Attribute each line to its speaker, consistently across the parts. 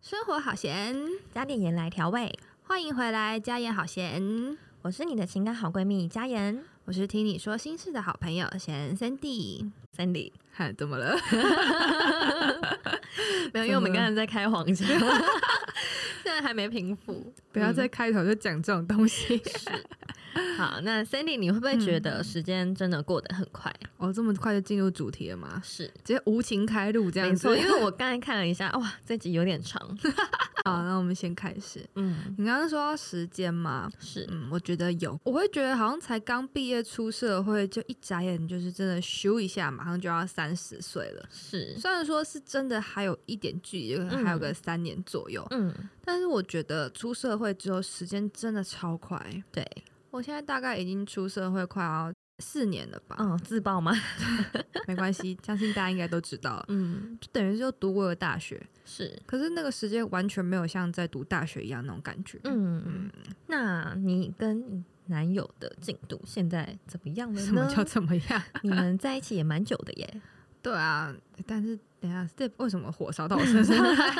Speaker 1: 生活好闲，
Speaker 2: 加点盐来调味。
Speaker 1: 欢迎回来，家妍好闲，
Speaker 2: 我是你的情感好闺蜜佳妍
Speaker 1: 我是听你说心事的好朋友贤 Sandy。
Speaker 2: Sandy。
Speaker 1: 嗨， 怎么了？
Speaker 2: 没有，因为我们刚才在开黄腔， 现在还没平复。
Speaker 1: 不要在开头就讲这种东 西。
Speaker 2: 好，那 Sandy，你会不会觉得时间真的过得很快？
Speaker 1: 哦，这么快就进入主题了吗？
Speaker 2: 是，
Speaker 1: 直接无情开路这
Speaker 2: 没
Speaker 1: 样子
Speaker 2: 错。。因为我刚才看了一下，哇，这集有点长。
Speaker 1: 好，那我们先开始。
Speaker 2: 嗯，
Speaker 1: 你刚刚说到时间嘛，
Speaker 2: 是，
Speaker 1: 嗯，我觉得有，我会觉得好像才刚毕业出社会，就一眨眼就是真的咻一下，马上就要三十岁了。
Speaker 2: 是，
Speaker 1: 虽然说是真的还有一点距离，
Speaker 2: 嗯
Speaker 1: 还有个三年左右，
Speaker 2: 嗯，
Speaker 1: 但是我觉得出社会之后时间真的超快。
Speaker 2: 对，
Speaker 1: 我现在大概已经出社会快要四年了吧，
Speaker 2: 嗯，自爆吗？
Speaker 1: 哦没关系，相信大家应该都知道了，
Speaker 2: 嗯，
Speaker 1: 就等于是又读过了大学，
Speaker 2: 是，
Speaker 1: 可是那个时间完全没有像在读大学一样那种感觉。
Speaker 2: 嗯，那你跟男友的进度现在怎么样了呢？
Speaker 1: 什么叫怎么 样？
Speaker 2: 你们在一起也蛮久的 耶。
Speaker 1: 对啊，但是等一下这为什么火烧到我身 上来？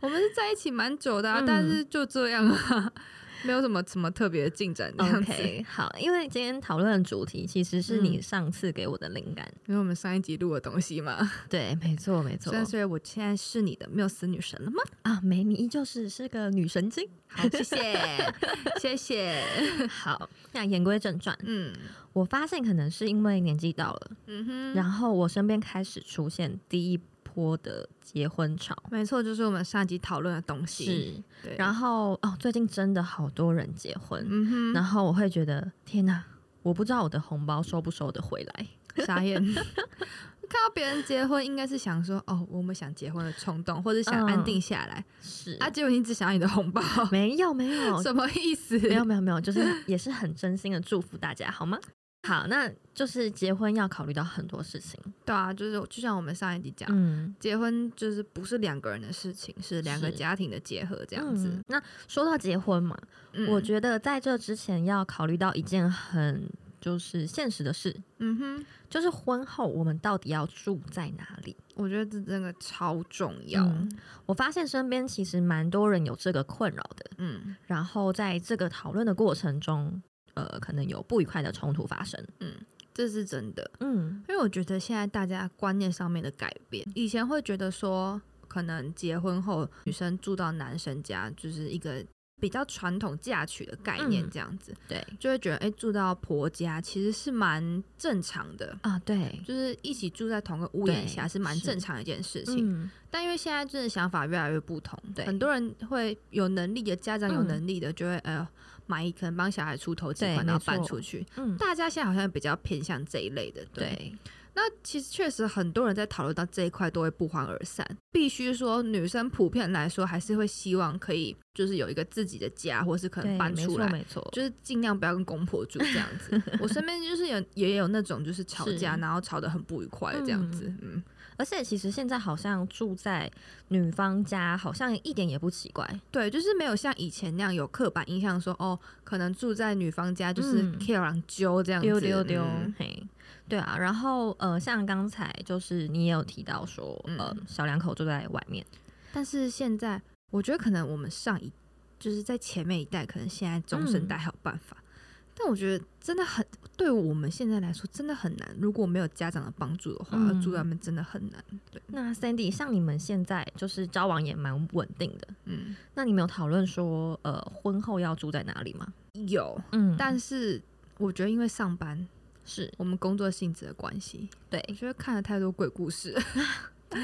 Speaker 1: 我们是在一起蛮久的啊，
Speaker 2: 嗯
Speaker 1: 但是就这样啊， 没有什么什么特别的进展这样子。
Speaker 2: OK，好，因为今天讨论的主题其实是你上次给我的灵感。
Speaker 1: 因为我们上一集录的东西嘛，
Speaker 2: 对，没错，没错
Speaker 1: 所以所以我现在是你的缪斯女神了吗？
Speaker 2: 啊，美你依旧是是个女神 经。
Speaker 1: 好，谢谢， 谢谢。
Speaker 2: 好，那言归正传，
Speaker 1: 嗯
Speaker 2: 我发现可能是因为年纪到了，
Speaker 1: 嗯哼，
Speaker 2: 然后我身边开始出现第一波的结婚潮。
Speaker 1: 没错，就是我们上一集讨论的东西。
Speaker 2: 是，
Speaker 1: 对，后
Speaker 2: 然后哦，最近真的好多人结婚，
Speaker 1: 嗯
Speaker 2: 然后我会觉得天哪，我不知道我的红包收不收得回来。
Speaker 1: 哼，傻眼。 看到别人结婚，应该是想说哦，我们想结婚的冲动，或者想
Speaker 2: 嗯
Speaker 1: 安定下来。
Speaker 2: 是
Speaker 1: 啊，结果你只想要你的红包，
Speaker 2: 没有没有
Speaker 1: 什么意思？
Speaker 2: 哦没有没有没有，就是也是很真心的祝福大家，好吗？好，那就是结婚要考虑到很多事情，
Speaker 1: 对啊，就是就像我们上一集讲，
Speaker 2: 嗯，
Speaker 1: 结婚就是不是两个人的事情，是两个
Speaker 2: 是
Speaker 1: 家庭的结合
Speaker 2: 这
Speaker 1: 这样子。
Speaker 2: 那说到结婚嘛，
Speaker 1: 嗯
Speaker 2: 我觉得在这之前要考虑到一件很就是现实的事，
Speaker 1: 嗯哼，
Speaker 2: 就是婚后我们到底要住在哪里？
Speaker 1: 我觉得这真的超重要。
Speaker 2: 嗯我发现身边其实蛮多人有这个困扰的，
Speaker 1: 嗯
Speaker 2: 然后在这个讨论的过程中，呃，可能有不愉快的冲突发生。
Speaker 1: 这是真的，
Speaker 2: 嗯，
Speaker 1: 因为我觉得现在大家观念上面的改变，以前会觉得说，可能结婚后女生住到男生家就是一个比较传统嫁娶的概念
Speaker 2: 嗯
Speaker 1: 这样子，
Speaker 2: 对
Speaker 1: 就会觉得哎、诶住到婆家其实是蛮正常的。
Speaker 2: 啊，对，
Speaker 1: 就是一起住在同个屋檐
Speaker 2: 对
Speaker 1: 下是蛮
Speaker 2: 是
Speaker 1: 正常的一件事情，
Speaker 2: 嗯，
Speaker 1: 但因为现在真的想法越来越不同，
Speaker 2: 对
Speaker 1: 很多人会有能力的家长有
Speaker 2: 嗯
Speaker 1: 能力的就会、呃买一可能帮小孩出头期
Speaker 2: 对
Speaker 1: 款，然后
Speaker 2: 没
Speaker 1: 搬
Speaker 2: 错
Speaker 1: 出去。
Speaker 2: 嗯，
Speaker 1: 大家现在好像比较偏向这一类的，对。
Speaker 2: 对，
Speaker 1: 那其实确实很多人在讨论到这一块都会不欢而散。必须说，女生普遍来说还是会希望可以就是有一个自己的家，或是可能
Speaker 2: 对
Speaker 1: 搬
Speaker 2: 没
Speaker 1: 出
Speaker 2: 错
Speaker 1: 来。
Speaker 2: 没错，
Speaker 1: 就是尽量不要跟公婆住这样 子。我身边就是有也有那种就是吵架，
Speaker 2: 是
Speaker 1: 然后吵得很不愉快的这样子。嗯，
Speaker 2: 而且其实现在好像住在女方家，好像一点也不奇怪。
Speaker 1: 对，就是没有像以前那样有刻板印象说哦，可能住在女方家就是
Speaker 2: 嗯
Speaker 1: k i r 揪这样子。
Speaker 2: 丢丢丢
Speaker 1: 嗯，
Speaker 2: 嘿，对啊。然后呃，像刚才就是你也有提到说，
Speaker 1: 嗯
Speaker 2: 呃，小两口住在外面，
Speaker 1: 但是现在我觉得可能我们上一就是在前面一代，可能现在中生
Speaker 2: 嗯
Speaker 1: 代还有办法。但我觉得真的很，对我们现在来说真的很难。如果没有家长的帮助的话，
Speaker 2: 嗯
Speaker 1: 住在外面真的很难。对，
Speaker 2: 那 Sandy，像你们现在就是交往也蛮稳定的，
Speaker 1: 嗯，
Speaker 2: 那你们有讨论说，呃，婚后要住在哪里吗？
Speaker 1: 有，
Speaker 2: 嗯
Speaker 1: 但是我觉得因为上班，
Speaker 2: 是
Speaker 1: 我们工作性质的关系，
Speaker 2: 对
Speaker 1: 我觉得看了太多鬼故事，
Speaker 2: 对，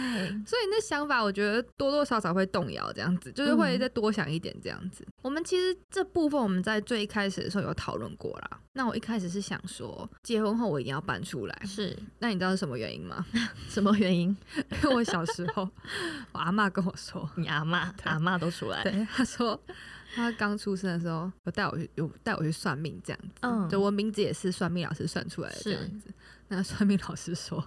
Speaker 1: 所以那想法我觉得多多少少会动摇，这样子就是会
Speaker 2: 嗯
Speaker 1: 再多想一点这样子。我们其实这部分我们在最一开始的时候有讨论过啦。那我一开始是想说，结婚后我一定要搬出来，
Speaker 2: 是
Speaker 1: 那你知道是什么原因吗？
Speaker 2: 什么原因？
Speaker 1: 因为我小时候，我阿妈跟我说，
Speaker 2: 你阿妈阿妈都出来，
Speaker 1: 对，她说她刚出生的时候有带我去，有带我去算命这样子。
Speaker 2: 嗯
Speaker 1: 就我名字也是算命老师算出来的这样子。那算命老师说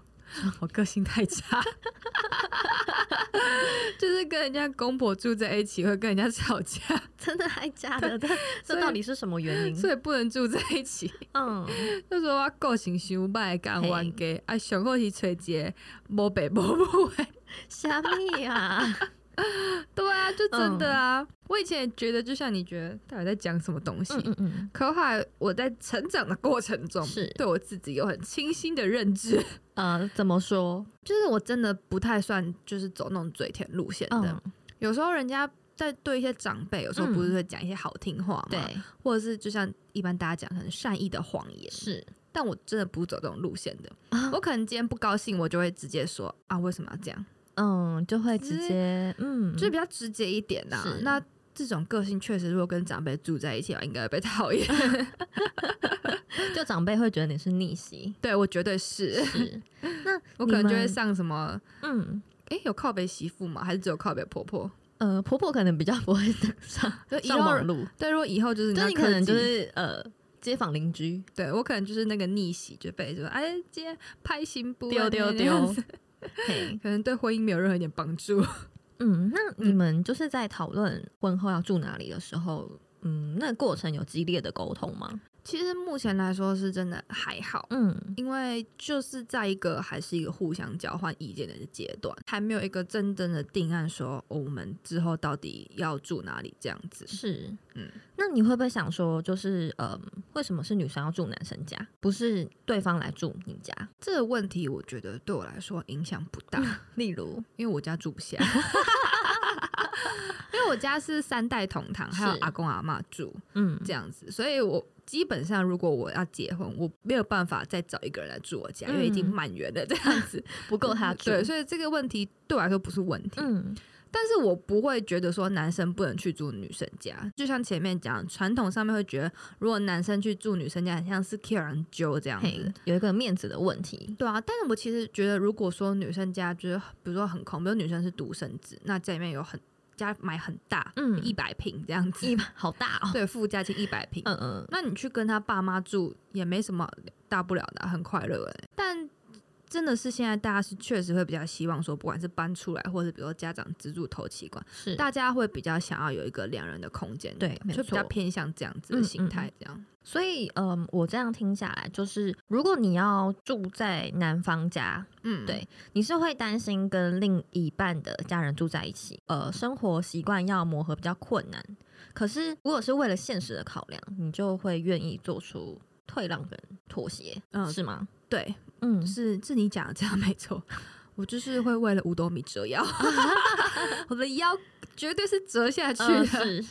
Speaker 1: 我个性太差， 就是跟人家公婆住在一起会跟人家 吵架，
Speaker 2: 真的还假的？这
Speaker 1: 所以
Speaker 2: 这到底是什么原因？
Speaker 1: 所以不能住在一起。
Speaker 2: 嗯，
Speaker 1: 就说我个性伤歹，干
Speaker 2: 嘿
Speaker 1: 冤家啊，上好是找一个无爸无母的。
Speaker 2: 虾米啊？
Speaker 1: 对就真的啊。我以前也觉得，就像你觉得到底在讲什么东西，
Speaker 2: 嗯嗯嗯，
Speaker 1: 可后来我在成长的过程中，
Speaker 2: 是
Speaker 1: 对我自己有很清新的认知，
Speaker 2: 呃，怎么说？
Speaker 1: 就是我真的不太算就是走那种嘴甜路线的。
Speaker 2: 嗯，
Speaker 1: 有时候人家在对一些长辈，有时候
Speaker 2: 嗯
Speaker 1: 不是会讲一些好听话嘛，
Speaker 2: 对，
Speaker 1: 或者是就像一般大家讲很善意的谎言，
Speaker 2: 是
Speaker 1: 但我真的不是走这种路线的。
Speaker 2: 啊
Speaker 1: 我可能今天不高兴，我就会直接说啊，为什么要这样？
Speaker 2: 嗯，就会
Speaker 1: 其
Speaker 2: 直
Speaker 1: 实
Speaker 2: 接嗯，
Speaker 1: 就是比较直接一点呐、啊
Speaker 2: 是
Speaker 1: 那这种个性确实，如果跟长辈住在一起，我应该会被讨厌。
Speaker 2: 就长辈会觉得你是逆袭，
Speaker 1: 对我绝对是，
Speaker 2: 是那
Speaker 1: 我可能就会
Speaker 2: 们
Speaker 1: 上什么。
Speaker 2: 嗯
Speaker 1: 诶，有靠北媳妇吗？还是只有靠北婆婆？
Speaker 2: 呃，婆婆可能比较不会上 上
Speaker 1: 就以
Speaker 2: 上
Speaker 1: 后
Speaker 2: 网，路，
Speaker 1: 对，如果以后就是
Speaker 2: 就
Speaker 1: 要
Speaker 2: 你可能
Speaker 1: 克己
Speaker 2: 就是呃街坊邻居
Speaker 1: 对我可能就是那个逆袭，就被说哎，今天拍新不
Speaker 2: 丢丢丢，嘿，
Speaker 1: 可能对婚姻没有任何一点帮助。
Speaker 2: 嗯，那你
Speaker 1: 嗯
Speaker 2: 们就是在讨论婚后要住哪里的时候，嗯，那个过程有激烈的沟通吗？
Speaker 1: 其实目前来说是真的还好，
Speaker 2: 嗯
Speaker 1: 因为就是在一个还是一个互相交换意见的阶段，还没有一个真正的定案说，哦我们之后到底要住哪里这样子。
Speaker 2: 是，
Speaker 1: 嗯
Speaker 2: 那你会不会想说，就是呃，为什么是女生要住男生家，不是对方来住你家？
Speaker 1: 这个问题我觉得对我来说影响不大，
Speaker 2: 例如，
Speaker 1: 因为我家住不下。 因为我家是三代同堂，还有
Speaker 2: 是
Speaker 1: 阿公阿妈住，
Speaker 2: 嗯，
Speaker 1: 这样子，所以我基本上如果我要结婚，我没有办法再找一个人来住我家，
Speaker 2: 嗯
Speaker 1: 因为已经满员了这样子，
Speaker 2: 不够他住，
Speaker 1: 对，所以这个问题对我来说不是问题，
Speaker 2: 嗯
Speaker 1: 但是我不会觉得说男生不能去住女生家，就像前面讲，传统上面会觉得如果男生去住女生家，很像是 k i r a n 揪这样
Speaker 2: 嘿
Speaker 1: 子。，
Speaker 2: 有一个面子的问题，
Speaker 1: 对啊，但是我其实觉得，如果说女生家就是，比如说很空，比如女生是独生子，那家里面有很家买很大，
Speaker 2: 嗯
Speaker 1: 一百平这样子，
Speaker 2: 一好大 哦，
Speaker 1: 对，附加就一百平，
Speaker 2: 嗯嗯，
Speaker 1: 那你去跟他爸妈住也没什么大不了的啊、很快乐哎、但真的是现在大家是确实会比较希望说，不管是搬出来，或者比如说家长资助投期管，
Speaker 2: 是，
Speaker 1: 大家会比较想要有一个两人的空间，
Speaker 2: 对没
Speaker 1: 就比较
Speaker 2: 错嗯
Speaker 1: 偏向这样子的心态，这样、
Speaker 2: 所以嗯，我这样听下来，就是如果你要住在男方家，
Speaker 1: 嗯
Speaker 2: 对你是会担心跟另一半的家人住在一起，呃，生活习惯要磨合比较困难。可是如果是为了现实的考量，你就会愿意做出退让跟妥协，
Speaker 1: 嗯
Speaker 2: 是吗？
Speaker 1: 对，
Speaker 2: 嗯，
Speaker 1: 是是你讲的这样没错。 我就是会为了五斗米折腰， 我的腰绝对是折下 去
Speaker 2: 呃
Speaker 1: 的。
Speaker 2: 是，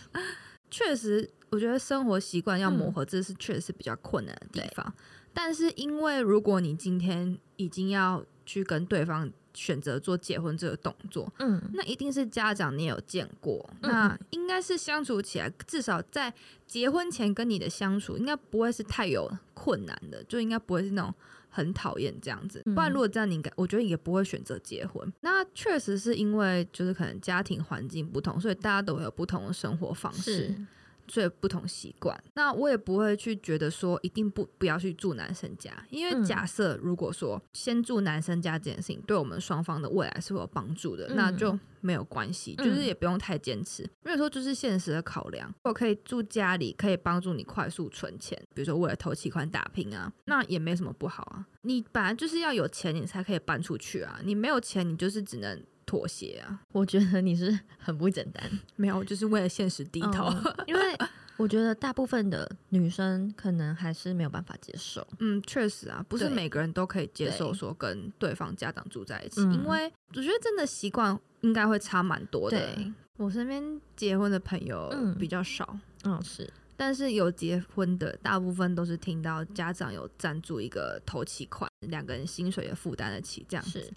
Speaker 1: 确实，我觉得生活习惯要磨
Speaker 2: 嗯
Speaker 1: 合，这是确实是比较困难的地方。但是，因为如果你今天已经要去跟对方选择做结婚这个动作，
Speaker 2: 嗯，
Speaker 1: 那一定是家长你也有见过，
Speaker 2: 嗯
Speaker 1: 那应该是相处起来，至少在结婚前跟你的相处，应该不会是太有困难的，就应该不会是那种很讨厌这样子。
Speaker 2: 嗯
Speaker 1: 不然如果这样，你应该我觉得也不会选择结婚。那确实是因为就是可能家庭环境不同，所以大家都会有不同的生活方式
Speaker 2: 是，，
Speaker 1: 所以不同习惯。那我也不会去觉得说一定不不要去住男生家，因为
Speaker 2: 嗯
Speaker 1: 假设如果说先住男生家这件事情对我们双方的未来是会有帮助的，
Speaker 2: 嗯
Speaker 1: 那就没有关系，
Speaker 2: 嗯
Speaker 1: 就是也不用太坚持。因为说就是现实的考量，我可以住家里，可以帮助你快速存钱，比如说为了投期款打拼啊，那也没什么不好啊。你本来就是要有钱，你才可以搬出去啊，你没有钱，你就是只能妥协啊。
Speaker 2: 我觉得你是很不简单，
Speaker 1: 没有，就是为了现实低头。
Speaker 2: 嗯因为我觉得大部分的女生可能还是没有办法接受，
Speaker 1: 嗯，确实啊，不是
Speaker 2: 对
Speaker 1: 每个人都可以接受
Speaker 2: 对
Speaker 1: 说跟对方家长住在一起，
Speaker 2: 嗯
Speaker 1: 因为我觉得真的习惯应该会差蛮多的
Speaker 2: 对。
Speaker 1: 我身边结婚的朋友
Speaker 2: 嗯
Speaker 1: 比较少，
Speaker 2: 嗯，是，
Speaker 1: 但是有结婚的大部分都是听到家长有赞助一个头期款，两个人薪水也负担得起这样子
Speaker 2: 是。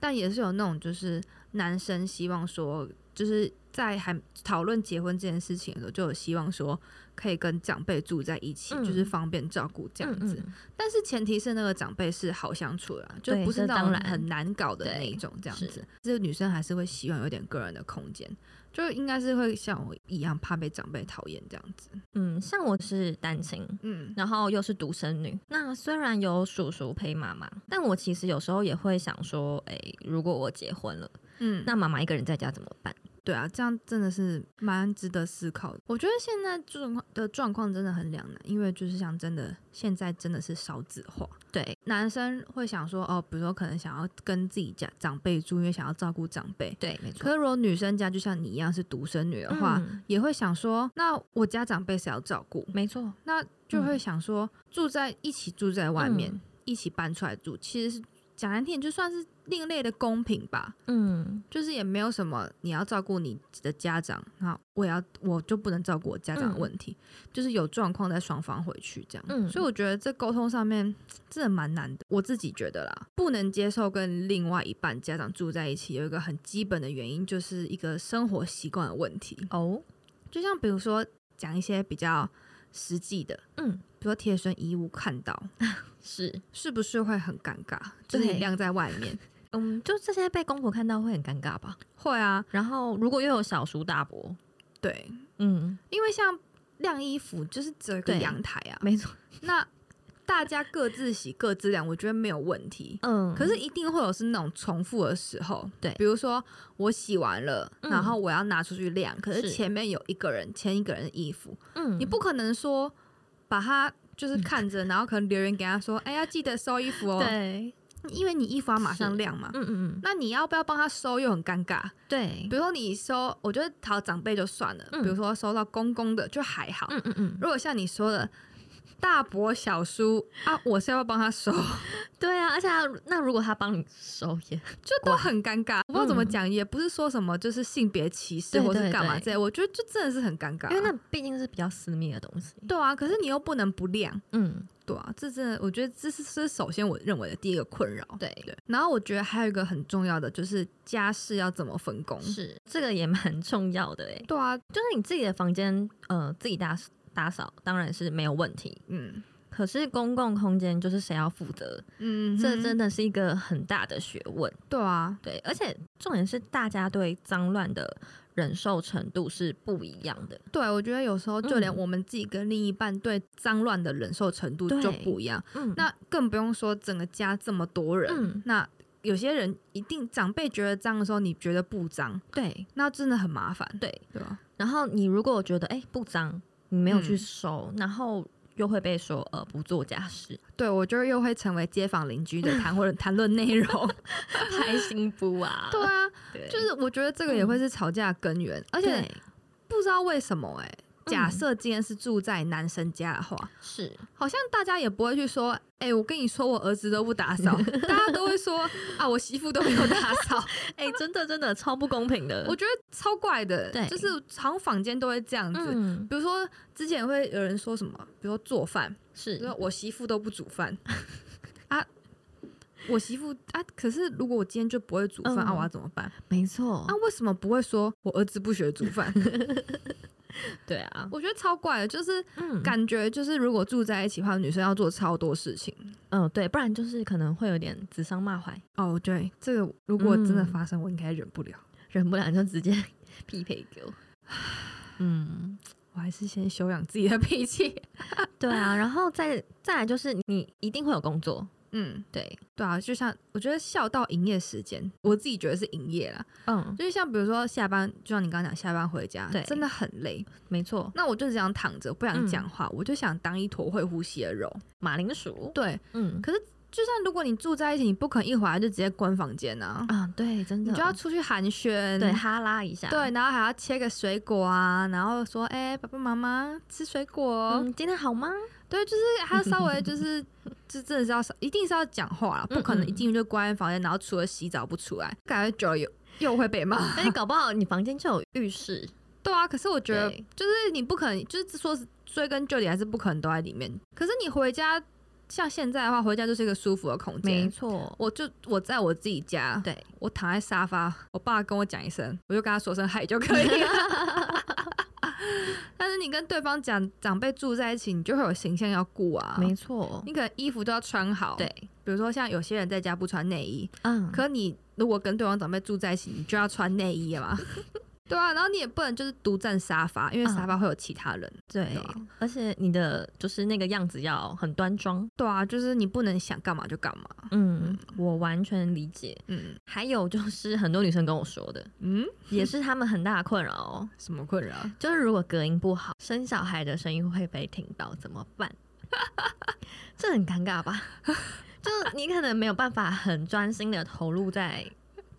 Speaker 1: 但也是有那种就是男生希望说，就是在还讨论结婚这件事情的时候，就有希望说可以跟长辈住在一起，
Speaker 2: 嗯
Speaker 1: 就是方便照顾这样子。
Speaker 2: 嗯嗯
Speaker 1: 但是前提是那个长辈是好相处啦，就
Speaker 2: 对
Speaker 1: 不是
Speaker 2: 这
Speaker 1: 那种
Speaker 2: 当然
Speaker 1: 很难搞的那
Speaker 2: 对
Speaker 1: 一种这样子
Speaker 2: 是。
Speaker 1: 这个女生还是会希望有点个人的空间，就应该是会像我一样怕被长辈讨厌这样子。
Speaker 2: 嗯，像我是单亲，
Speaker 1: 嗯
Speaker 2: 然后又是独生女。那虽然有叔叔陪妈妈，但我其实有时候也会想说，诶，如果我结婚了，
Speaker 1: 嗯，
Speaker 2: 那妈妈一个人在家怎么办？
Speaker 1: 对啊，这样真的是蛮值得思考的。我觉得现在这种的状况真的很两难，因为就是像真的现在真的是少子化，
Speaker 2: 对
Speaker 1: 男生会想说哦，比如说可能想要跟自己家长辈住，因为想要照顾长辈。
Speaker 2: 对，没
Speaker 1: 可
Speaker 2: 错。
Speaker 1: 是如果女生家就像你一样是独生女的话，
Speaker 2: 嗯
Speaker 1: 也会想说，那我家长辈谁要照顾？
Speaker 2: 没错，
Speaker 1: 那就会想说，住在一起住在外面，
Speaker 2: 嗯
Speaker 1: 一起搬出来住，其实是讲难听点，就算是另类的公平吧。
Speaker 2: 嗯，
Speaker 1: 就是也没有什么你要照顾你的家长，那我也要我就不能照顾我家长的问题，就是有状况在双方回去这样。
Speaker 2: 嗯
Speaker 1: 所以我觉得这沟通上面真的蛮难的，我自己觉得啦，不能接受跟另外一半家长住在一起，有一个很基本的原因，就是一个生活习惯的问题。
Speaker 2: 哦，
Speaker 1: 就像比如说讲一些比较实际的，
Speaker 2: 嗯，
Speaker 1: 比如说贴身衣物看到，
Speaker 2: 是，
Speaker 1: 是不是会很尴尬？就是
Speaker 2: 对
Speaker 1: 你晾在外 面，
Speaker 2: 嗯，就这些被公婆看到会很尴尬吧？
Speaker 1: 会啊，
Speaker 2: 然后如果又有小叔大伯，
Speaker 1: 对，
Speaker 2: 嗯，
Speaker 1: 因为像晾衣服就是只有一个
Speaker 2: 对
Speaker 1: 阳台啊，
Speaker 2: 没错，
Speaker 1: 那大家各自洗各自晾，我觉得没有问题。
Speaker 2: 嗯，
Speaker 1: 可是一定会有是那种重复的时候，
Speaker 2: 对
Speaker 1: 比如说我洗完了，
Speaker 2: 嗯
Speaker 1: 然后我要拿出去晾，可是
Speaker 2: 是
Speaker 1: 前面有一个人牵一个人的衣服，
Speaker 2: 嗯，
Speaker 1: 你不可能说把他就是看着，然后可能留言给他说，哎要记得收衣服哦，
Speaker 2: 对，
Speaker 1: 因为你衣服要马上
Speaker 2: 是
Speaker 1: 晾嘛
Speaker 2: 嗯。嗯嗯，
Speaker 1: 那你要不要帮他收又很尴尬，
Speaker 2: 对
Speaker 1: 比，如说你收，我觉得讨长辈就算了，
Speaker 2: 嗯
Speaker 1: 比如说收到公公的就还好，
Speaker 2: 嗯嗯嗯，
Speaker 1: 如果像你说的，大伯小叔啊，我是要帮他收，
Speaker 2: 对啊，而且他那如果他帮你收也，
Speaker 1: 就都很尴尬。我不知道怎么讲，也不是说什么就是性别歧视
Speaker 2: 嗯对
Speaker 1: 或是
Speaker 2: 对
Speaker 1: 干嘛
Speaker 2: 对
Speaker 1: 之类，我觉得就真的是很尴尬啊。
Speaker 2: 因为那毕竟是比较私密的东西，
Speaker 1: 对啊，可是你又不能不亮，
Speaker 2: 嗯，
Speaker 1: 对啊，这真的，我觉得这是这是首先我认为的第一个困扰。
Speaker 2: 对，
Speaker 1: 对，然后我觉得还有一个很重要的就是家事要怎么分工。
Speaker 2: 是这个也蛮重要的哎，
Speaker 1: 对啊，
Speaker 2: 就是你自己的房间，呃，自己打打扫当然是没有问题，
Speaker 1: 嗯
Speaker 2: 可是公共空间就是谁要负责，
Speaker 1: 嗯哼，
Speaker 2: 这真的是一个很大的学问。
Speaker 1: 对啊，
Speaker 2: 对，而且重点是大家对脏乱的忍受程度是不一样的。
Speaker 1: 对，我觉得有时候就连
Speaker 2: 嗯
Speaker 1: 我们自己跟另一半对脏乱的忍受程度就
Speaker 2: 对
Speaker 1: 不一样。
Speaker 2: 嗯
Speaker 1: 那更不用说整个家这么多人，
Speaker 2: 嗯，
Speaker 1: 那有些人一定长辈觉得脏的时候，你觉得不脏，
Speaker 2: 对
Speaker 1: 那真的很麻烦，
Speaker 2: 对。
Speaker 1: 对啊吧？
Speaker 2: 然后你如果觉得哎、不脏，你没有去
Speaker 1: 嗯
Speaker 2: 收，然后又会被说呃不做家事，
Speaker 1: 对，我就又会成为街坊邻居的谈 或者谈论内容。
Speaker 2: 开 心不啊？
Speaker 1: 对啊，
Speaker 2: 对，嗯
Speaker 1: 就是我觉得这个也会是吵架的根源，而且
Speaker 2: 对
Speaker 1: 不知道为什么哎、假
Speaker 2: 嗯
Speaker 1: 设今天是住在男生家的话，
Speaker 2: 是
Speaker 1: 好像大家也不会去说，哎、我跟你说，我儿子都不打扫， 大家都会说啊，我媳妇都没有打扫，
Speaker 2: 哎、真的真的超不公平的。
Speaker 1: 我觉得超怪的，
Speaker 2: 对
Speaker 1: 就是好像坊间都会这样子，
Speaker 2: 嗯
Speaker 1: 比如说之前会有人说什么，比如说做饭，比如
Speaker 2: 是
Speaker 1: 说我媳妇都不煮 饭啊，我媳妇啊，可是如果我今天就不会煮饭、
Speaker 2: 嗯哦
Speaker 1: 啊，我要怎么办？
Speaker 2: 没错
Speaker 1: 啊，，为什么不会说我儿子不学煮饭？
Speaker 2: 对啊，
Speaker 1: 我觉得超怪的，就是
Speaker 2: 嗯
Speaker 1: 感觉就是如果住在一起的话，女生要做超多事情。
Speaker 2: 嗯、对，不然就是可能会有点指桑骂槐，
Speaker 1: 哦，对，这个如果真的
Speaker 2: 嗯
Speaker 1: 发生，我应该忍不了，
Speaker 2: 忍不了就直接 匹配给我。嗯，
Speaker 1: 我还是先修养自己的脾气。
Speaker 2: 对啊，然后再再来就是你一定会有工作，
Speaker 1: 嗯，
Speaker 2: 对，
Speaker 1: 对啊，就像我觉得孝道营业时间，我自己觉得是营业啦，
Speaker 2: 嗯，
Speaker 1: 就是像比如说下班，就像你刚刚讲下班回家，
Speaker 2: 对嗯
Speaker 1: 真的很累。
Speaker 2: 没错，
Speaker 1: 那我就只想躺着，不想讲话，我就想当一坨会呼吸的肉。
Speaker 2: 马铃薯，
Speaker 1: 对，
Speaker 2: 嗯
Speaker 1: 就像如果你住在一起，你不可能一回来就直接关房间啊，
Speaker 2: 啊，对，真的，
Speaker 1: 你就要出去寒暄。
Speaker 2: 对哈拉一下，
Speaker 1: 对，然后还要切个水果啊，然后说，哎、爸爸妈妈吃水果哦、
Speaker 2: 嗯，今天好吗？
Speaker 1: 对，就是还要稍微就是就真的是要一定是要讲话啦，不可能
Speaker 2: 嗯嗯
Speaker 1: 一进去就关在房间，然后除了洗澡不出来，感觉久了又又会被骂。
Speaker 2: 而且搞不好你房间就有浴室，
Speaker 1: 对啊，可是我觉得
Speaker 2: 对
Speaker 1: 就是你不可能，就是说是追根究底还是不可能都在里面。可是你回家，像现在的话，回家就是一个舒服的空
Speaker 2: 没
Speaker 1: 间。
Speaker 2: 错，
Speaker 1: 我就我在我自己家，
Speaker 2: 对，
Speaker 1: 我躺在沙发，我爸跟我讲一声，我就跟他说声嗨就可以了。 但是你跟对方讲长辈住在一起，你就会有形象要顾啊。
Speaker 2: 没错，
Speaker 1: 你可能衣服都要穿好，
Speaker 2: 对，
Speaker 1: 比如说像有些人在家不穿内衣，
Speaker 2: 嗯，
Speaker 1: 可你如果跟对方长辈住在一起，你就要穿内衣了嘛。 对啊，然后你也不能就是独占沙发，
Speaker 2: 嗯
Speaker 1: 因为沙发会有其他人。
Speaker 2: 对
Speaker 1: 对啊，
Speaker 2: 而且你的就是那个样子要很端庄。
Speaker 1: 对啊，就是你不能想干嘛就干嘛。
Speaker 2: 嗯，我完全理解。
Speaker 1: 嗯
Speaker 2: 还有就是很多女生跟我说的，
Speaker 1: 嗯，
Speaker 2: 也是她们很大的困扰哦，
Speaker 1: 什 么困扰？
Speaker 2: 就是如果隔音不好，生小孩的声音会被听到，怎么办？ 这很尴尬吧？就是你可能没有办法很专心的投入在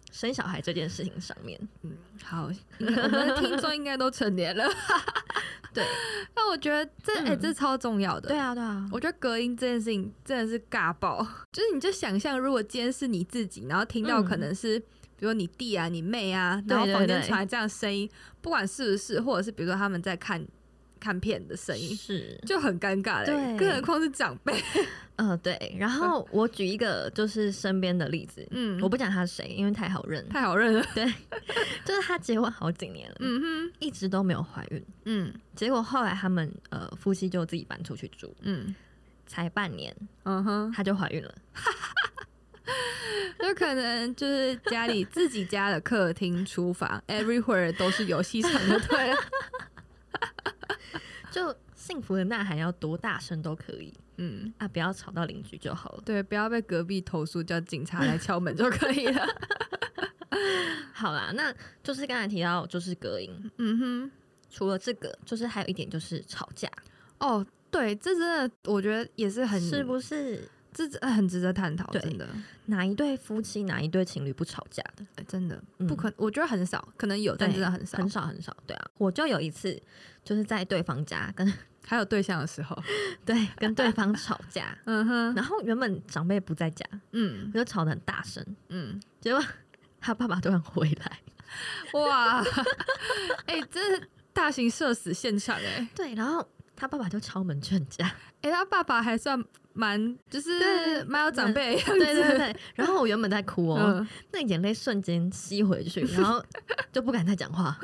Speaker 2: 生小孩这件事情上面。
Speaker 1: 嗯，好，应该我们的听众应该都成年了。
Speaker 2: 对，
Speaker 1: 那我觉得这哎、
Speaker 2: 嗯
Speaker 1: 这超重要的。
Speaker 2: 对，啊，对啊，
Speaker 1: 我觉得隔音这件事情真的是尬爆， 就是你就想象，如果今天是你自己，然后听到
Speaker 2: 嗯
Speaker 1: 可能是。比如你弟啊、你妹啊，
Speaker 2: 对
Speaker 1: 然后房间
Speaker 2: 对对
Speaker 1: 传来这样的声音，不管是不是，或者是比如说他们在看看片的声音，
Speaker 2: 是，
Speaker 1: 就很尴尬嘞。
Speaker 2: 对
Speaker 1: 更何况是长 辈，
Speaker 2: 呃，对。然后我举一个就是身边的例子，
Speaker 1: 嗯，
Speaker 2: 我不讲他是谁，因为太好 认。
Speaker 1: 太好认了。
Speaker 2: 就是他结婚好几年了，
Speaker 1: 嗯哼，
Speaker 2: 一直都没有怀孕。
Speaker 1: 嗯
Speaker 2: 结果后来他们呃夫妻就自己搬出去住，
Speaker 1: 嗯
Speaker 2: 才半年
Speaker 1: 嗯哼，
Speaker 2: 她就怀孕了。
Speaker 1: 就可能就是家里自己家的客厅、厨房，everywhere 都是游戏场就对了。
Speaker 2: 就幸福的呐喊要多大声都可以
Speaker 1: 嗯，
Speaker 2: 啊，不要吵到邻居就好了。
Speaker 1: 对，不要被隔壁投诉，叫警察来敲门就可以了。
Speaker 2: 好啦，那就是刚才提到就是隔音，
Speaker 1: 嗯
Speaker 2: 除了这个，就是还有一点就是吵架，
Speaker 1: 哼， 哦，对，这真的我觉得也是很，
Speaker 2: 是不是
Speaker 1: 这真的很值得探讨，
Speaker 2: 对
Speaker 1: 真的，
Speaker 2: 哪一对夫妻哪一对情侣不吵架的？
Speaker 1: 哎真的
Speaker 2: 嗯
Speaker 1: 不可，我觉得很少，可能有，但真的很少。
Speaker 2: 很少很少。对啊，我就有一次就是在对方家跟
Speaker 1: 还有对象的时候，
Speaker 2: 对跟对方吵架，
Speaker 1: 嗯哼，
Speaker 2: 然后原本长辈不在家，我
Speaker 1: 嗯
Speaker 2: 就吵得很大声，
Speaker 1: 嗯，
Speaker 2: 结果他爸爸突然回来，
Speaker 1: 哇，哎、这大型社死现场哎、
Speaker 2: 对，然后他爸爸就敲门劝架，
Speaker 1: 哎、他爸爸还算蛮，就是
Speaker 2: 对
Speaker 1: 蛮有长辈的样子。
Speaker 2: 对对对，然后我原本在哭哦，
Speaker 1: 嗯，
Speaker 2: 那眼泪瞬间吸回去，然后就不敢再讲话。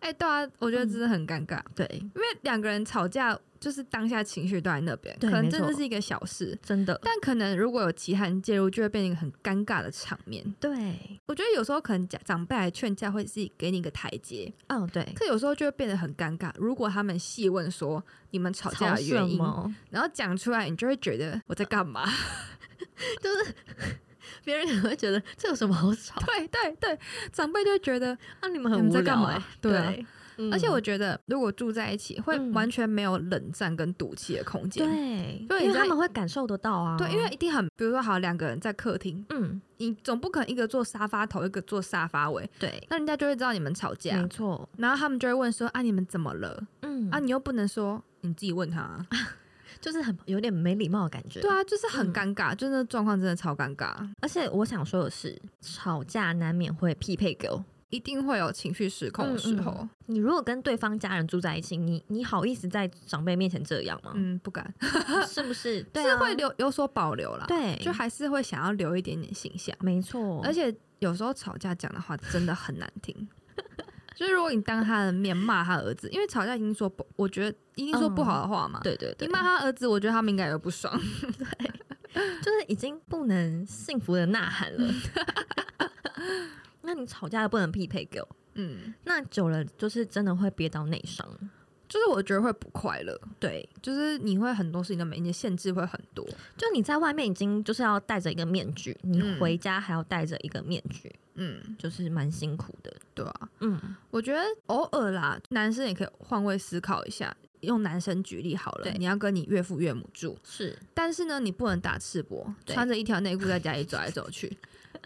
Speaker 1: 哎、对啊，
Speaker 2: 嗯
Speaker 1: 我觉得真的很尴尬，
Speaker 2: 对，
Speaker 1: 因为两个人吵架，就是当下情绪都在那边，可
Speaker 2: 对
Speaker 1: 能
Speaker 2: 没
Speaker 1: 真的
Speaker 2: 错
Speaker 1: 是一个小事，
Speaker 2: 真的，
Speaker 1: 但可能如果有其他人介入，就会变成一个很尴尬的场面。
Speaker 2: 对，
Speaker 1: 我觉得有时候可能家长辈来劝架，会自己给你一个台阶，
Speaker 2: 哦，对，
Speaker 1: 可有时候就会变得很尴尬。如果他们细问说你们吵
Speaker 2: 吵
Speaker 1: 架的
Speaker 2: 什
Speaker 1: 原因，
Speaker 2: 么？
Speaker 1: 然后讲出来，你就会觉得我在干 嘛？
Speaker 2: 就是别人可能会觉得这有什么好 吵？
Speaker 1: 对对对，长辈就会觉得
Speaker 2: 啊，你们
Speaker 1: 你
Speaker 2: 很
Speaker 1: 们
Speaker 2: 无
Speaker 1: 在干
Speaker 2: 聊
Speaker 1: 嘛
Speaker 2: 哎。
Speaker 1: 对啊
Speaker 2: 嗯
Speaker 1: 而且我觉得，如果住在一起，会
Speaker 2: 嗯
Speaker 1: 完全没有冷战跟赌气的空间。
Speaker 2: 对，
Speaker 1: 对
Speaker 2: 因
Speaker 1: 你
Speaker 2: 为
Speaker 1: 在
Speaker 2: 他们会感受得到啊。
Speaker 1: 对因为一定很，比如说好，两个人在客厅，
Speaker 2: 嗯，
Speaker 1: 你总不可能一个坐沙发头，一个坐沙发尾，
Speaker 2: 对，
Speaker 1: 那人家就会知道你们吵
Speaker 2: 没
Speaker 1: 架，
Speaker 2: 错，
Speaker 1: 然后他们就会问说啊，你们怎么了？
Speaker 2: 嗯
Speaker 1: 啊，，你又不能说你自己问他啊、
Speaker 2: 就是很有点没礼貌的感觉。
Speaker 1: 对，啊，就是很
Speaker 2: 嗯
Speaker 1: 尴尬，就是那状况真的超尴尬，
Speaker 2: 而且我想说的是，吵架难免会匹配狗。
Speaker 1: 一定会有情绪失控的
Speaker 2: 嗯
Speaker 1: 时候，
Speaker 2: 你如果跟对方家人住在一起，你你好意思在长辈面前这样吗？
Speaker 1: 嗯，不敢，
Speaker 2: 是不 是？对
Speaker 1: 是
Speaker 2: 啊，
Speaker 1: 会留有所保留啦，，
Speaker 2: 对，哦
Speaker 1: 就还是会想要留一点点形象。
Speaker 2: 没错，
Speaker 1: 而且有时候吵架讲的话真的很难听。 就是如果你当他的面骂他儿子，因为吵架已经说不，我觉得一定说不好的话嘛。
Speaker 2: 嗯对对对，
Speaker 1: 你骂他儿子，我觉得他们应该也不爽。
Speaker 2: 就是已经不能幸福的呐喊了。 那你吵架也不能匹配给我，
Speaker 1: 嗯，
Speaker 2: 那久了就是真的会憋到内伤。
Speaker 1: 就是我觉得会不快乐，
Speaker 2: 对，
Speaker 1: 就是你会很多事情都没，你的限制会很多。
Speaker 2: 就你在外面已经就是要戴着一个面具，你
Speaker 1: 嗯
Speaker 2: 回家还要戴着一个面具，
Speaker 1: 嗯，
Speaker 2: 就是蛮辛苦的。
Speaker 1: 对啊，
Speaker 2: 嗯，
Speaker 1: 我觉得偶尔啦，男生也可以换位思考一下。用男生举例好了，
Speaker 2: 对
Speaker 1: 你要跟你岳父岳母住，
Speaker 2: 是
Speaker 1: 但是呢，你不能打赤膊，
Speaker 2: 对
Speaker 1: 穿着一条内裤在家里走来走去。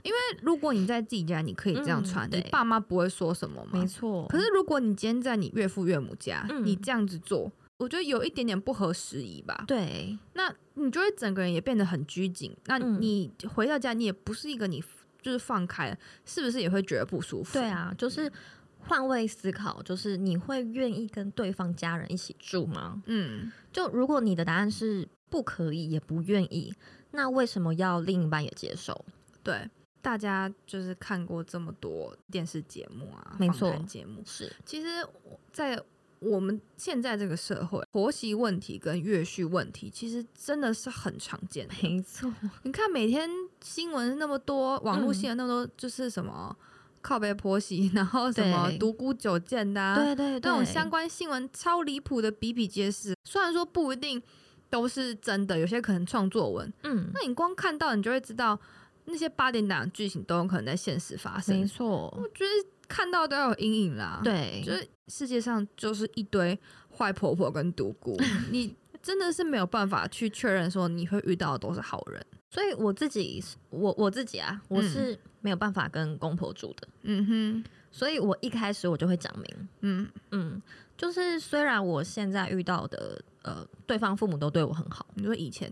Speaker 1: 因为如果你在自己家，你可以这样
Speaker 2: 嗯
Speaker 1: 穿，你
Speaker 2: 对
Speaker 1: 爸妈不会说什么嘛
Speaker 2: 没。错。
Speaker 1: 可是如果你今天在你岳父岳母家，
Speaker 2: 嗯
Speaker 1: 你这样子做，我觉得有一点点不合时宜吧。
Speaker 2: 对，
Speaker 1: 那你就会整个人也变得很拘谨。那
Speaker 2: 嗯
Speaker 1: 你回到家，你也不是一个你就是放开，是不是也会觉得不舒服？
Speaker 2: 对，啊，就是换位思考，就是你会愿意跟对方家人一起住吗？
Speaker 1: 嗯，
Speaker 2: 就如果你的答案是不可以，也不愿意，那为什么要另一半也接受？
Speaker 1: 对。大家就是看过这么多电视节目啊，
Speaker 2: 没
Speaker 1: 访
Speaker 2: 错
Speaker 1: 谈节目，
Speaker 2: 是
Speaker 1: 其实我在我们现在这个社会，婆媳问题跟月婿问题，其实真的是很常见的。
Speaker 2: 没错，
Speaker 1: 你看每天新闻那么多，网络
Speaker 2: 嗯
Speaker 1: 新闻那么多，就是什么。靠背婆媳， 然后什么
Speaker 2: 对
Speaker 1: 独孤九剑的、啊，
Speaker 2: 对对对，
Speaker 1: 这种相关新闻超离谱的比比皆是。虽然说不一定都是真的，有些可能创作文，
Speaker 2: 嗯，
Speaker 1: 那你光看到你就会知道那些八点档的剧情都有可能在现实发
Speaker 2: 没
Speaker 1: 生。
Speaker 2: 错啊
Speaker 1: 我，觉得看到都要有阴影啦。，
Speaker 2: 对，
Speaker 1: 就是世界上就是一堆坏婆婆跟独孤， 你真的是没有办法去确认说你会遇到的都是好人。
Speaker 2: 所以我自己，我我自己啊，我
Speaker 1: 嗯
Speaker 2: 是没有办法跟公婆住的，
Speaker 1: 嗯
Speaker 2: 所以我一开始我就会讲明
Speaker 1: 哼，，嗯，
Speaker 2: 嗯，就是虽然我现在遇到的呃，对方父母都对我很好
Speaker 1: 你说以前，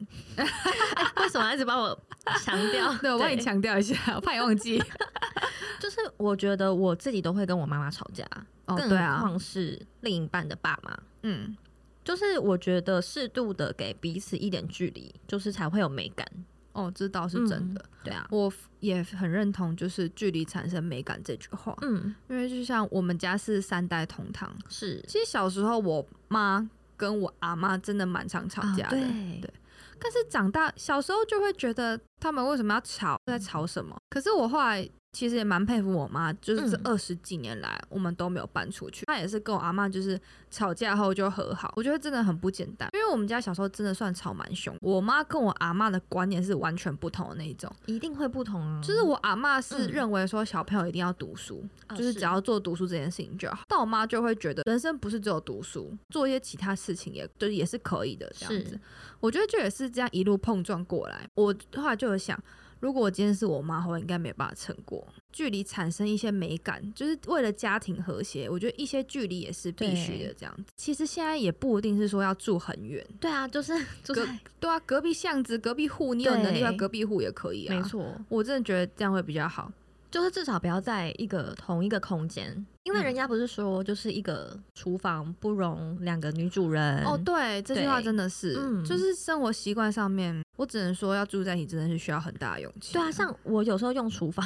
Speaker 2: 为什么要一直帮我强调？
Speaker 1: 对我帮你
Speaker 2: 对，
Speaker 1: 强调一下，我怕你忘记。
Speaker 2: 就是我觉得我自己都会跟我妈妈吵架，
Speaker 1: 哦，
Speaker 2: 更
Speaker 1: 对
Speaker 2: 何
Speaker 1: 啊，
Speaker 2: 况是另一半的爸妈。
Speaker 1: 嗯，
Speaker 2: 就是我觉得适度的给彼此一点距离，就是才会有美感。
Speaker 1: 哦，这倒是真的。
Speaker 2: 对啊，
Speaker 1: 我也很认同，就是距离产生美感这句话，
Speaker 2: 嗯，
Speaker 1: 因为就像我们家是三代同堂，
Speaker 2: 是
Speaker 1: 其实小时候我妈跟我阿妈真的蛮常吵架
Speaker 2: 啊
Speaker 1: 的，
Speaker 2: 对
Speaker 1: 对但是长大小时候就会觉得他们为什么要吵，
Speaker 2: 嗯
Speaker 1: 在吵什么？可是我后来其实也蛮佩服我妈，就是这
Speaker 2: 嗯
Speaker 1: 二十几年来我们都没有搬出去，她也是跟我阿妈就是吵架后就和好，我觉得真的很不简单，因为我们家小时候真的算吵蛮凶，我妈跟我阿妈的观念是完全不同的那一种。
Speaker 2: 一定会不同啊。
Speaker 1: 就是我阿妈是
Speaker 2: 嗯
Speaker 1: 认为说小朋友一定要读书，
Speaker 2: 啊
Speaker 1: 就是只要做读书这件事情就好。但我妈就会觉得人生不是只有读书，做一些其他事情也就是也是可以的这样子
Speaker 2: 是。
Speaker 1: 我觉得就也是这样一路碰撞过来。我后来就有想，如果我今天是我妈的话，我应该没办法撑过。距离产生一些美感，就是为了家庭和谐，我觉得一些距离也是必须的。
Speaker 2: 对
Speaker 1: 这样子，其实现在也不一定是说要住很远，
Speaker 2: 对啊，就是就
Speaker 1: 隔
Speaker 2: 是
Speaker 1: 对啊，隔壁巷子、隔壁户，你有能力要
Speaker 2: 对
Speaker 1: 隔壁户也可以啊。
Speaker 2: 没，错，
Speaker 1: 我真的觉得这样会比较好。
Speaker 2: 就是至少不要在一个同一个空间，因为
Speaker 1: 嗯
Speaker 2: 人家不是说就是一个厨房不容两个女主人
Speaker 1: 哦，对，这句话
Speaker 2: 对
Speaker 1: 真的是，
Speaker 2: 嗯
Speaker 1: 就是生活习惯上面，我只能说要住在一起真的是需要很大的勇气。
Speaker 2: 对啊，像我有时候用厨房，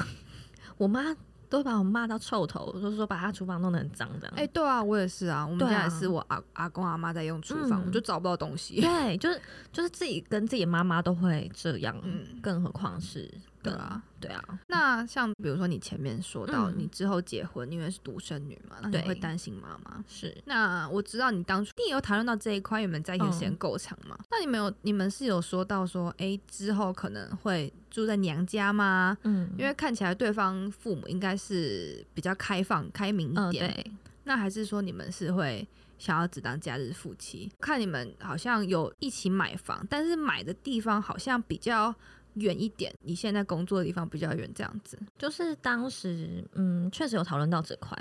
Speaker 2: 我妈都把我骂到臭头，就是说把她厨房弄得很脏这样。
Speaker 1: 哎、对啊，我也是啊，我们
Speaker 2: 对
Speaker 1: 家也
Speaker 2: 啊
Speaker 1: 是我阿、阿公阿妈在用厨房，
Speaker 2: 嗯
Speaker 1: 我就找不到东 西。
Speaker 2: 对，就是就是自己跟自己的妈妈都会这样，
Speaker 1: 嗯
Speaker 2: 更何况是
Speaker 1: 对
Speaker 2: 跟
Speaker 1: 啊，
Speaker 2: 对啊，
Speaker 1: 那像比如说你前面说到
Speaker 2: 嗯
Speaker 1: 你之后结婚，因为是独生女嘛，那你
Speaker 2: 对
Speaker 1: 会担心妈妈。
Speaker 2: 是
Speaker 1: 那我知道你当初你也有谈论到这一块，你们在一起的时间够长吗？那你们有你们是有说到说，哎、之后可能会住在娘家吗？
Speaker 2: 嗯，
Speaker 1: 因为看起来对方父母应该是比较开放、开明
Speaker 2: 嗯、
Speaker 1: 一点，
Speaker 2: 对，
Speaker 1: 那还是说你们是会想要只当假日夫妻？看你们好像有一起买房，但是买的地方好像比较远一点，你现在工作的地方比较远，这样子。
Speaker 2: 就是当时嗯，确实有讨论到这块，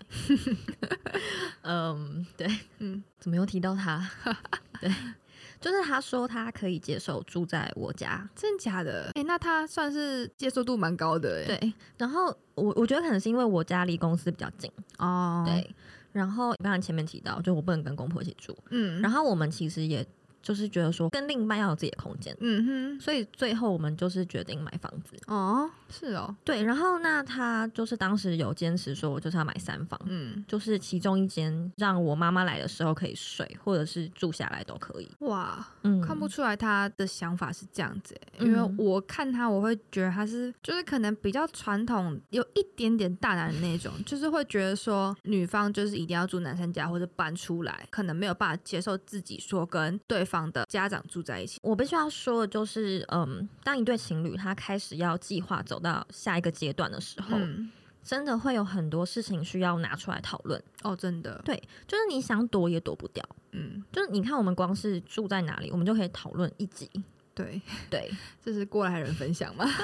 Speaker 2: 嗯，对，
Speaker 1: 嗯，
Speaker 2: 怎么又提到他？ 对，就是他说他可以接受住在我家，
Speaker 1: 真的假的？哎、那他算是接受度蛮高的、哎，
Speaker 2: 对，然后我我觉得可能是因为我家离公司比较近，
Speaker 1: 哦，，
Speaker 2: 对，然后刚才前面提到，就我不能跟公婆一起住，
Speaker 1: 嗯，
Speaker 2: 然
Speaker 1: 后，
Speaker 2: 后我们其实也就是觉得说跟另一半要有自己的空间，
Speaker 1: 嗯
Speaker 2: 所以最后我们就是决定买房子。
Speaker 1: 哼，哦，是哦，
Speaker 2: 对，然后那他就是当时有坚持说，我就是要买三房，
Speaker 1: 嗯，
Speaker 2: 就是其中一间让我妈妈来的时候可以睡，或者是住下来都可以。
Speaker 1: 哇，
Speaker 2: 嗯，
Speaker 1: 看不出来他的想法是这样子欸、
Speaker 2: 嗯
Speaker 1: 因为我看他，我会觉得他是就是可能比较传统，有一点点大男人那种，就是会觉得说女方就是一定要住男生家或者搬出来，可能没有办法接受自己说跟对方的家长住在一起。
Speaker 2: 我必须要说的就是，嗯，当一对情侣他开始要计划走到下一个阶段的时候，
Speaker 1: 嗯，
Speaker 2: 真的会有很多事情需要拿出来讨论。
Speaker 1: 哦，真的，
Speaker 2: 对，就是你想躲也躲不掉。
Speaker 1: 嗯，
Speaker 2: 就是你看，我们光是住在哪里，我们就可以讨论一集。
Speaker 1: 对，
Speaker 2: 对，
Speaker 1: 这是过来人分享嘛。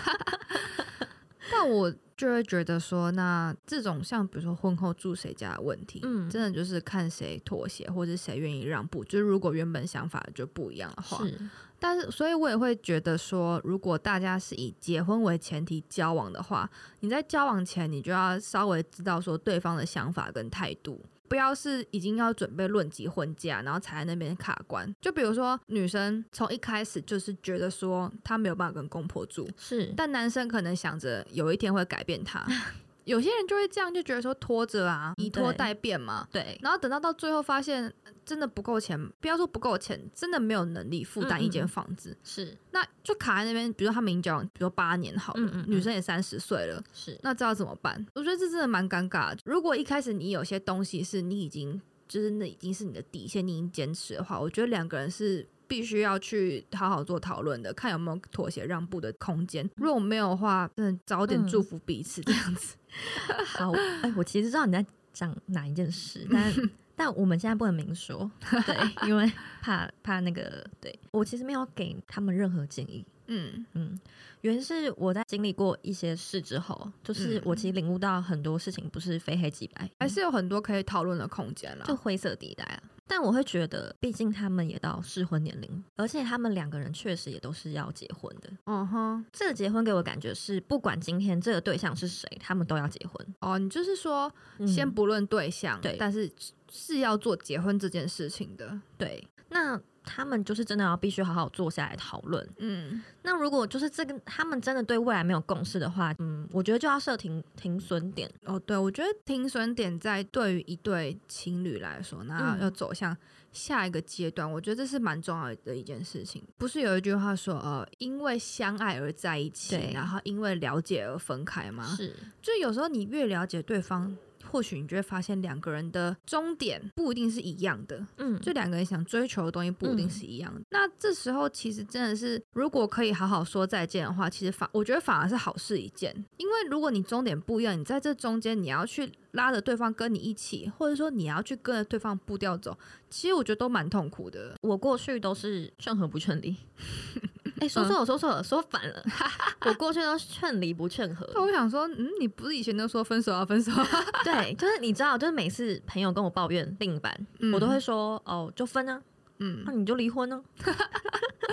Speaker 1: 但我就会觉得说，那这种像比如说婚后住谁家的问题，
Speaker 2: 嗯
Speaker 1: 真的就是看谁妥协，或者谁愿意让步。就是如果原本想法就不一样的话，
Speaker 2: 是，
Speaker 1: 但是所以我也会觉得说，如果大家是以结婚为前提交往的话，你在交往前你就要稍微知道说对方的想法跟态度。不要是已经要准备论及婚嫁，然后才在那边卡关。就比如说，女生从一开始就是觉得说她没有办法跟公婆住，
Speaker 2: 是，
Speaker 1: 但男生可能想着有一天会改变她，有些人就会这样，就觉得说拖着啊，以拖
Speaker 2: 对
Speaker 1: 代变嘛。
Speaker 2: 对，
Speaker 1: 然后等到到最后发现真的不够钱，不要说不够钱，真的没有能力负担一
Speaker 2: 嗯嗯
Speaker 1: 间
Speaker 2: 嗯
Speaker 1: 房子，
Speaker 2: 是
Speaker 1: 那就卡在那边。比如说他们已经交往，比如说八年好了，
Speaker 2: 嗯嗯嗯
Speaker 1: 女生也三十岁了，
Speaker 2: 是，
Speaker 1: 那这要怎么办？我觉得这真的蛮尴尬的。如果一开始你有些东西是你已经就是那已经是你的底线，你已经坚持的话，我觉得两个人是必须要去好好做讨论的，看有没有妥协让步的空间。如果没有的话，真的早点
Speaker 2: 嗯
Speaker 1: 祝福彼此这样子。
Speaker 2: 好，哎、我其实知道你在讲哪一件事，但但我们现在不能明说，对，因为怕怕那个，对我其实没有给他们任何建议。
Speaker 1: 嗯
Speaker 2: 嗯，原因是我在经历过一些事之后，就是我其实领悟到很多事情不是非黑即白，
Speaker 1: 还是有很多可以讨论的空间啦。
Speaker 2: 就灰色地带啊。但我会觉得，毕竟他们也到适婚年龄，而且他们两个人确实也都是要结婚的。
Speaker 1: 嗯哼，
Speaker 2: 这个结婚给我感觉是，不管今天这个对象是谁，他们都要结婚。
Speaker 1: 哦，你就是说先
Speaker 2: 嗯
Speaker 1: 不论对象，
Speaker 2: 对
Speaker 1: 但是是要做结婚这件事情的。
Speaker 2: 对，那他们就是真的要必须好好坐下来讨论。
Speaker 1: 嗯
Speaker 2: 那如果就是这个他们真的对未来没有共识的话，嗯，我觉得就要设停停损点。
Speaker 1: 哦，对，我觉得停损点在对于一对情侣来说，那
Speaker 2: 嗯
Speaker 1: 要走向下一个阶段，我觉得这是蛮重要的一件事情。不是有一句话说，呃，因为相爱而在一起
Speaker 2: 对，
Speaker 1: 然后因为了解而分开吗？
Speaker 2: 是，
Speaker 1: 就有时候你越了解对方，或许你就会发现两个人的终点不一定是一样的。
Speaker 2: 嗯，
Speaker 1: 就两个人想追求的东西不一定是一样的。那这时候其实真的是，如果可以好好说再见的话，其实反我觉得反而是好事一件，因为如果你终点不一样，你在这中间你要去拉着对方跟你一起，或者说你要去跟着对方步调走，其实我觉得都蛮痛苦的。
Speaker 2: 我过去都是劝和不劝离。 哎、说错了，说错了，说反了。 我过去都是劝离不劝 和。
Speaker 1: 那我想说，嗯，你不是以前都说分手啊，分手啊，
Speaker 2: 对，就是你知道，就是每次朋友跟我抱怨另一半，我都会说哦，就分啊，
Speaker 1: 嗯
Speaker 2: 那、你就离婚呢、 啊。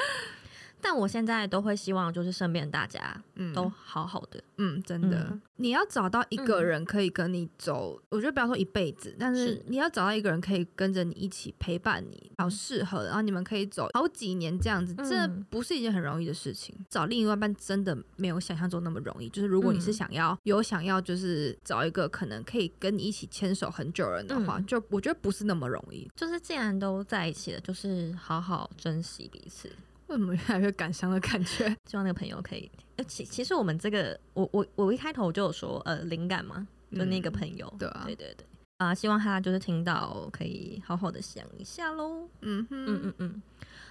Speaker 2: 但我现在都会希望，就是身边大家
Speaker 1: 嗯
Speaker 2: 都好好的。
Speaker 1: 嗯，真的，
Speaker 2: 嗯
Speaker 1: 你要找到一个
Speaker 2: 嗯
Speaker 1: 人可以跟你走，我觉得不要说一辈子，但是
Speaker 2: 是
Speaker 1: 你要找到一个人可以跟着你一起陪伴你，好适合，然后你们可以走好几年这样子，这
Speaker 2: 嗯
Speaker 1: 不是一件很容易的事情。找另外一半真的没有想象中那么容易，就是如果你
Speaker 2: 嗯
Speaker 1: 是想要、有想要就是找一个可能可以跟你一起牵手很久的人的话，
Speaker 2: 嗯
Speaker 1: 就我觉得不是那么容易。
Speaker 2: 就是既然都在一起了，就是好好珍惜彼此。
Speaker 1: 为什么越来越感伤的感觉？
Speaker 2: 希望那个朋友可以。呃其其实我们这个，我我我一开头就有说，呃，灵感嘛，就那个
Speaker 1: 嗯
Speaker 2: 朋友，
Speaker 1: 对啊
Speaker 2: 对对对，啊、希望他就是听到可以好好的想一下喽。
Speaker 1: 嗯哼，
Speaker 2: 嗯嗯嗯，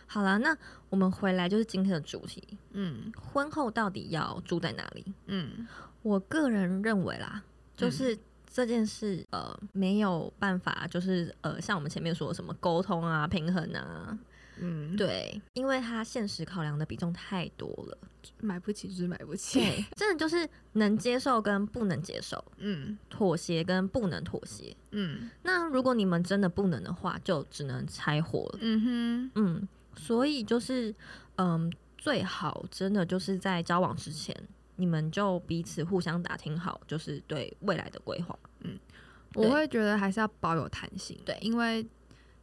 Speaker 2: 好啦，那我们回来就是今天的主题，
Speaker 1: 嗯
Speaker 2: 婚后到底要住在哪里？
Speaker 1: 嗯
Speaker 2: 我个人认为啦，就
Speaker 1: 嗯
Speaker 2: 是这件事，呃，没有办法，就是呃，像我们前面说的什么沟通啊、平衡啊，
Speaker 1: 嗯，，
Speaker 2: 对，因为它现实考量的比重太多了。
Speaker 1: 买不起就是买不起。
Speaker 2: 对，真的就是能接受跟不能接受，
Speaker 1: 嗯
Speaker 2: 妥协跟不能妥协。
Speaker 1: 嗯
Speaker 2: 那如果你们真的不能的话，就只能拆伙了。
Speaker 1: 嗯哼。
Speaker 2: 嗯，所以就是，嗯，最好真的就是在交往之前，你们就彼此互相打听好，就是对未来的规划。
Speaker 1: 我
Speaker 2: 对
Speaker 1: 会觉得还是要保有弹性，
Speaker 2: 对嗯
Speaker 1: 因为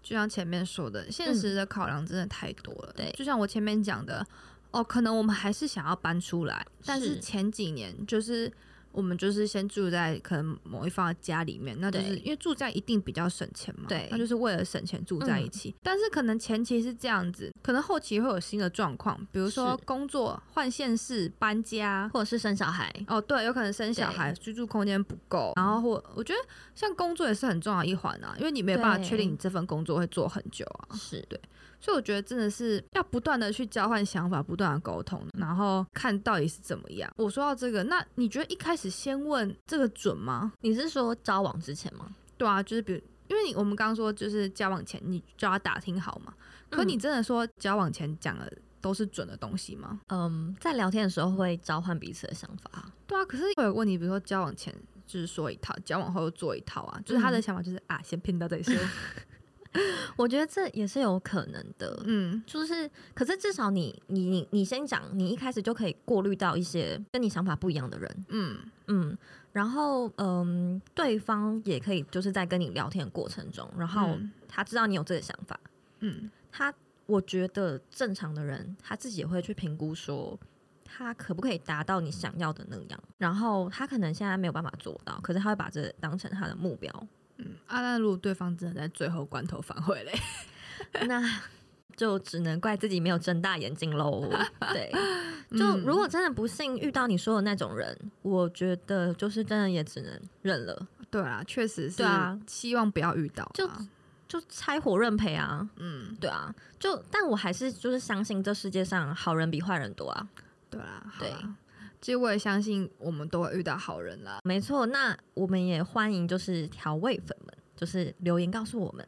Speaker 1: 就像前面说的，现实的考量真的太多了。
Speaker 2: 对
Speaker 1: 就像我前面讲的，哦，可能我们还是想要搬出来，但是
Speaker 2: 是
Speaker 1: 前几年就是我们就是先住在可能某一方的家里面，那就是
Speaker 2: 对
Speaker 1: 因为住在一定比较省钱嘛，
Speaker 2: 对嗯
Speaker 1: 那就是为了省钱住在一起。但是可能前期是这样子，可能后期会有新的状况，比如说
Speaker 2: 是
Speaker 1: 工作换县市、搬家，
Speaker 2: 或者是生小孩，
Speaker 1: 哦，对，有可能生小
Speaker 2: 对
Speaker 1: 孩，居住空间不够，然后或我觉得像工作也是很重要一环啊，因为你没有办法确
Speaker 2: 对
Speaker 1: 定你这份工作会做很久啊，
Speaker 2: 是
Speaker 1: 所以我觉得真的是要不断的去交换想法，不断的沟通，然后看到底是怎么样。我说到这个，那你觉得一开始先问这个准吗？
Speaker 2: 你是说交往之前吗？
Speaker 1: 对啊，就是比如。因为你我们刚刚说就是交往前你就要打听好嘛，可
Speaker 2: 嗯
Speaker 1: 你真的说交往前讲的都是准的东西吗？
Speaker 2: 嗯，在聊天的时候会交换彼此的想法，
Speaker 1: 对啊，可是会有问题，比如说交往前就是说一套，交往后又做一套啊，就是他的
Speaker 2: 嗯
Speaker 1: 想法就是、啊，先骗 到再说。
Speaker 2: 我觉得这也是有可能的。
Speaker 1: 嗯
Speaker 2: 就是，可是至少你你你你先讲，你一开始就可以过滤到一些跟你想法不一样的人，
Speaker 1: 嗯
Speaker 2: 嗯，然后嗯，对方也可以就是在跟你聊天的过程中，然后
Speaker 1: 嗯
Speaker 2: 他知道你有这个想法，
Speaker 1: 嗯
Speaker 2: 他我觉得正常的人他自己也会去评估说，他可不可以达到你想要的那样。然后他可能现在没有办法做到，可是他会把这当成他的目标。
Speaker 1: 嗯，啊，那如果对方真的在最后关头反悔嘞，
Speaker 2: 那就只能怪自己没有睁大眼睛喽。对，就
Speaker 1: 嗯
Speaker 2: 如果真的不幸遇到你说的那种人，我觉得就是真的也只能认了，
Speaker 1: 对啦，确实是
Speaker 2: 对啊，
Speaker 1: 希望不要遇到啦，啊
Speaker 2: 就就拆伙认赔啊。
Speaker 1: 嗯，
Speaker 2: 对啊，就但我还是就是相信这世界上好人比坏人多啊。
Speaker 1: 对啦，好
Speaker 2: 对
Speaker 1: 啦。其实我也相信我们都会遇到好人啦，
Speaker 2: 没错，那我们也欢迎就是调味粉们，就是留言告诉我们，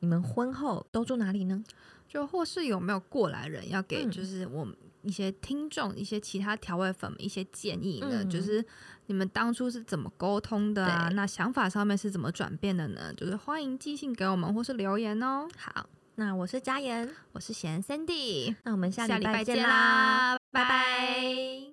Speaker 2: 你们婚后都住哪里呢？
Speaker 1: 就或是有没有过来人要给，
Speaker 2: 嗯
Speaker 1: 就是我们一些听众、一些其他调味粉们一些建议呢？
Speaker 2: 嗯
Speaker 1: 就是你们当初是怎么沟通的啊？
Speaker 2: 对
Speaker 1: 那想法上面是怎么转变的呢？就是欢迎寄信给我们，或是留言哦。
Speaker 2: 好，那我是佳妍，
Speaker 1: 我是贤 Sandy，
Speaker 2: 那我们下
Speaker 1: 下
Speaker 2: 礼拜
Speaker 1: 拜
Speaker 2: 见啦，
Speaker 1: 啦，
Speaker 2: 拜拜